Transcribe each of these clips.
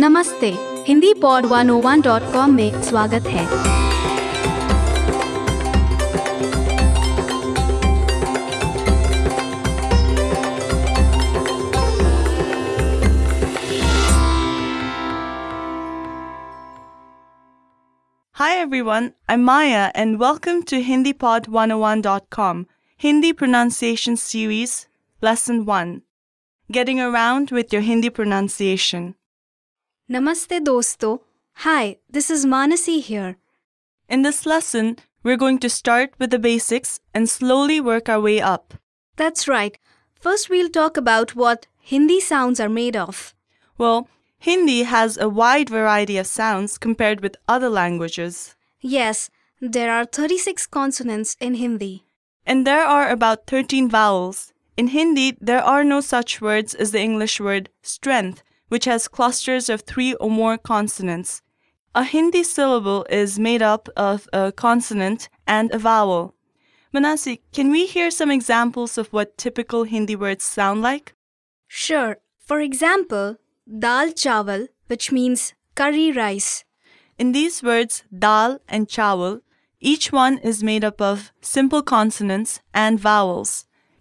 नमस्ते Hindi pod 101.com में स्वागत है Hi everyone, I'm Maya and welcome to HindiPod101.com, Hindi Pronunciation Series, Lesson 1 Getting Around with Your Hindi Pronunciation. नमस्ते दोस्तों hi this is Mansi here In this lesson, we're going to start with the basics and slowly work our way up. That's right first we'll talk about what Hindi sounds are made of Well, Hindi has a wide variety of sounds compared with other languages, yes there are 36 consonants in Hindi and there are about 13 vowels. In Hindi, there are no such words as the English word strength, which has clusters of three or more consonants. A Hindi syllable is made up of a consonant and a vowel. Manasi, can we hear some examples of what typical Hindi words sound like? Sure for example dal chawal which means curry rice In these words, dal and chawal, each one is made up of simple consonants and vowels.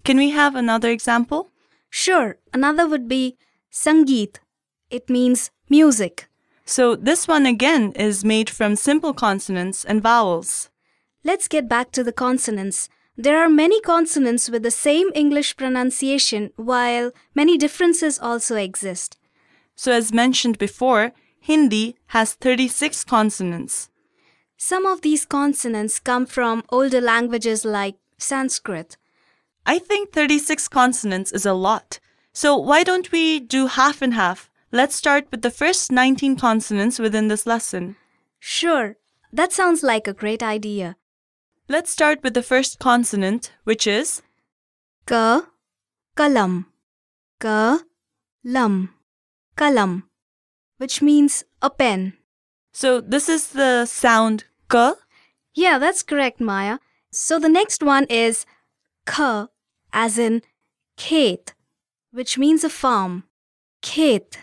Can we have another example? Sure, another would be Sangeet. It means music. So this one again is made from simple consonants and vowels. Let's get back to the consonants. There are many consonants with the same English pronunciation, while many differences also exist. So as mentioned before, Hindi has 36 consonants. Some of these consonants come from older languages like Sanskrit. I think 36 consonants is a lot. So why don't we do half and half? Let's start with the first 19 consonants within this lesson. Sure, that sounds like a great idea. Let's start with the first consonant, which is Ka, kalam. Ka, lam. Kalam, which means a pen. So this is the sound k. Yeah, that's correct, Maya. So the next one is k, as in khet, which means a farm. Khet,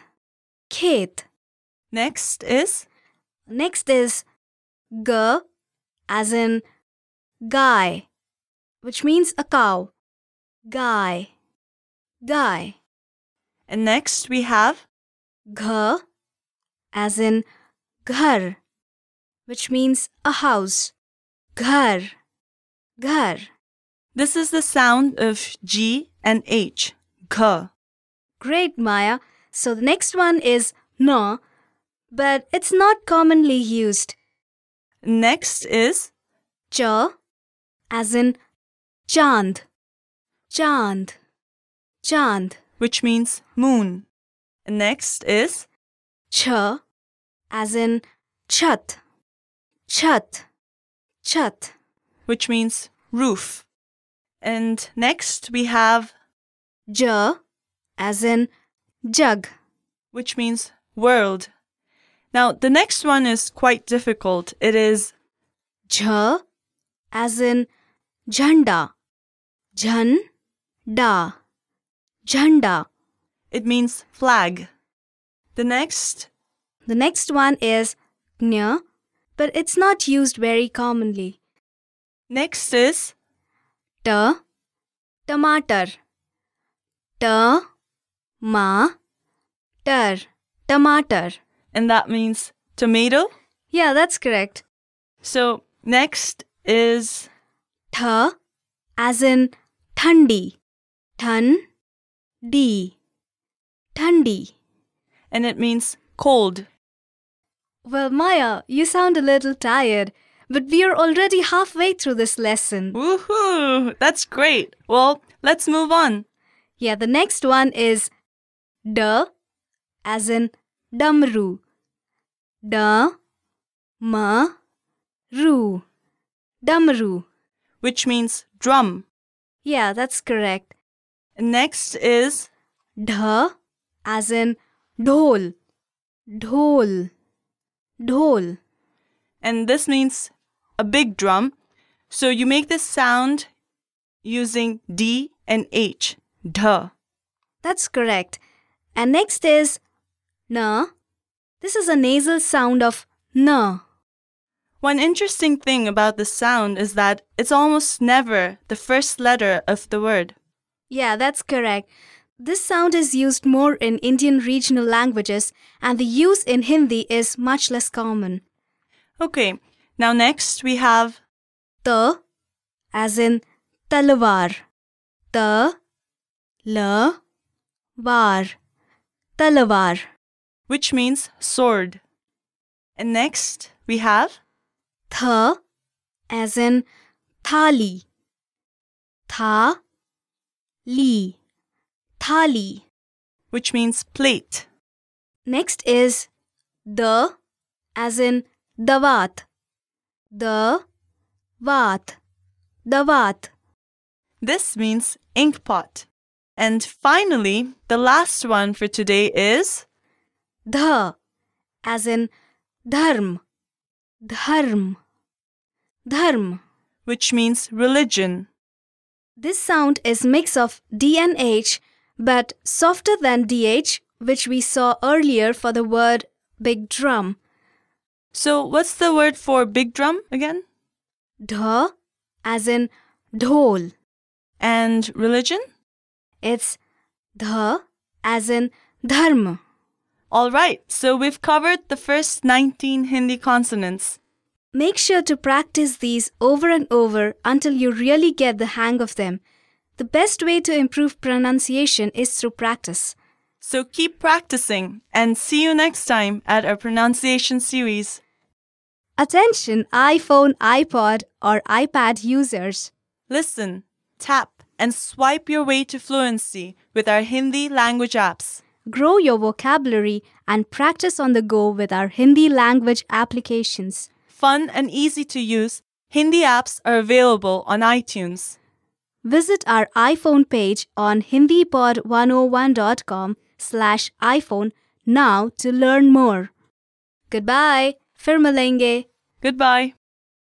khet. Next is Next is g, as in guy, which means a cow. Guy, guy. and next we have Gh, as in ghar, which means a house. Ghar, ghar. this is the sound of g and h. G. Great, Maya. So the next one is na, but it's not commonly used. Next is Cha, as in chand, chand, chand. which means moon. Next is Cha, as in chat, chat, chat. which means roof. And next we have Ja, as in jug. which means world. Now the next one is quite difficult. It is Jha, as in jhanda, jhan, da, jhanda. it means flag. The next The next one is gnya, but it's not used very commonly. next is Ta, tamatar. Ta, ma, tar, tamatar. and that means tomato. Yeah, that's correct. So next is Tha, as in thandi. Than, di, thandi. and it means cold. Well, Maya, you sound a little tired, but we are already halfway through this lesson. Woohoo! That's great. Well, let's move on. Yeah, the next one is da, as in damru. Da, ma, ru. Damru. Which means drum. Yeah, that's correct. Next is Dha, as in dhol. Dhol. Dhol. and this means a big drum. So you make this sound using D and H. Duh. That's correct. And next is na, This is a nasal sound of na. One interesting thing about this sound is that it's almost never the first letter of the word. Yeah, that's correct. This sound is used more in Indian regional languages, and the use in Hindi is much less common. Okay, now next we have The, as in talwar. The, la, var. Talwar. which means sword. And next we have Th, as in thali. Tha, li. Thali. which means plate. Next is the as in davat. The vat. Davat. This means ink pot. And finally, the last one for today is Dha as in dharm. Dharm. Dharm. which means religion. This sound is mix of D and H but softer than DH which we saw earlier for the word big drum. So what's the word for big drum again? Dha as in dhol. And religion? It's dha as in dharma. All right, so we've covered the first 19 Hindi consonants. Make sure to practice these over and over until you really get the hang of them. The best way to improve pronunciation is through practice. So keep practicing and see you next time at our pronunciation series. Attention iPhone, iPod, or iPad users. Listen, tap, and swipe your way to fluency with our Hindi language apps. Grow your vocabulary and practice on the go with our Hindi language applications. Fun and easy to use, Hindi apps are available on iTunes. Visit our iPhone page on hindipod101.com slash iPhone now to learn more. Goodbye. Fir milenge. Goodbye.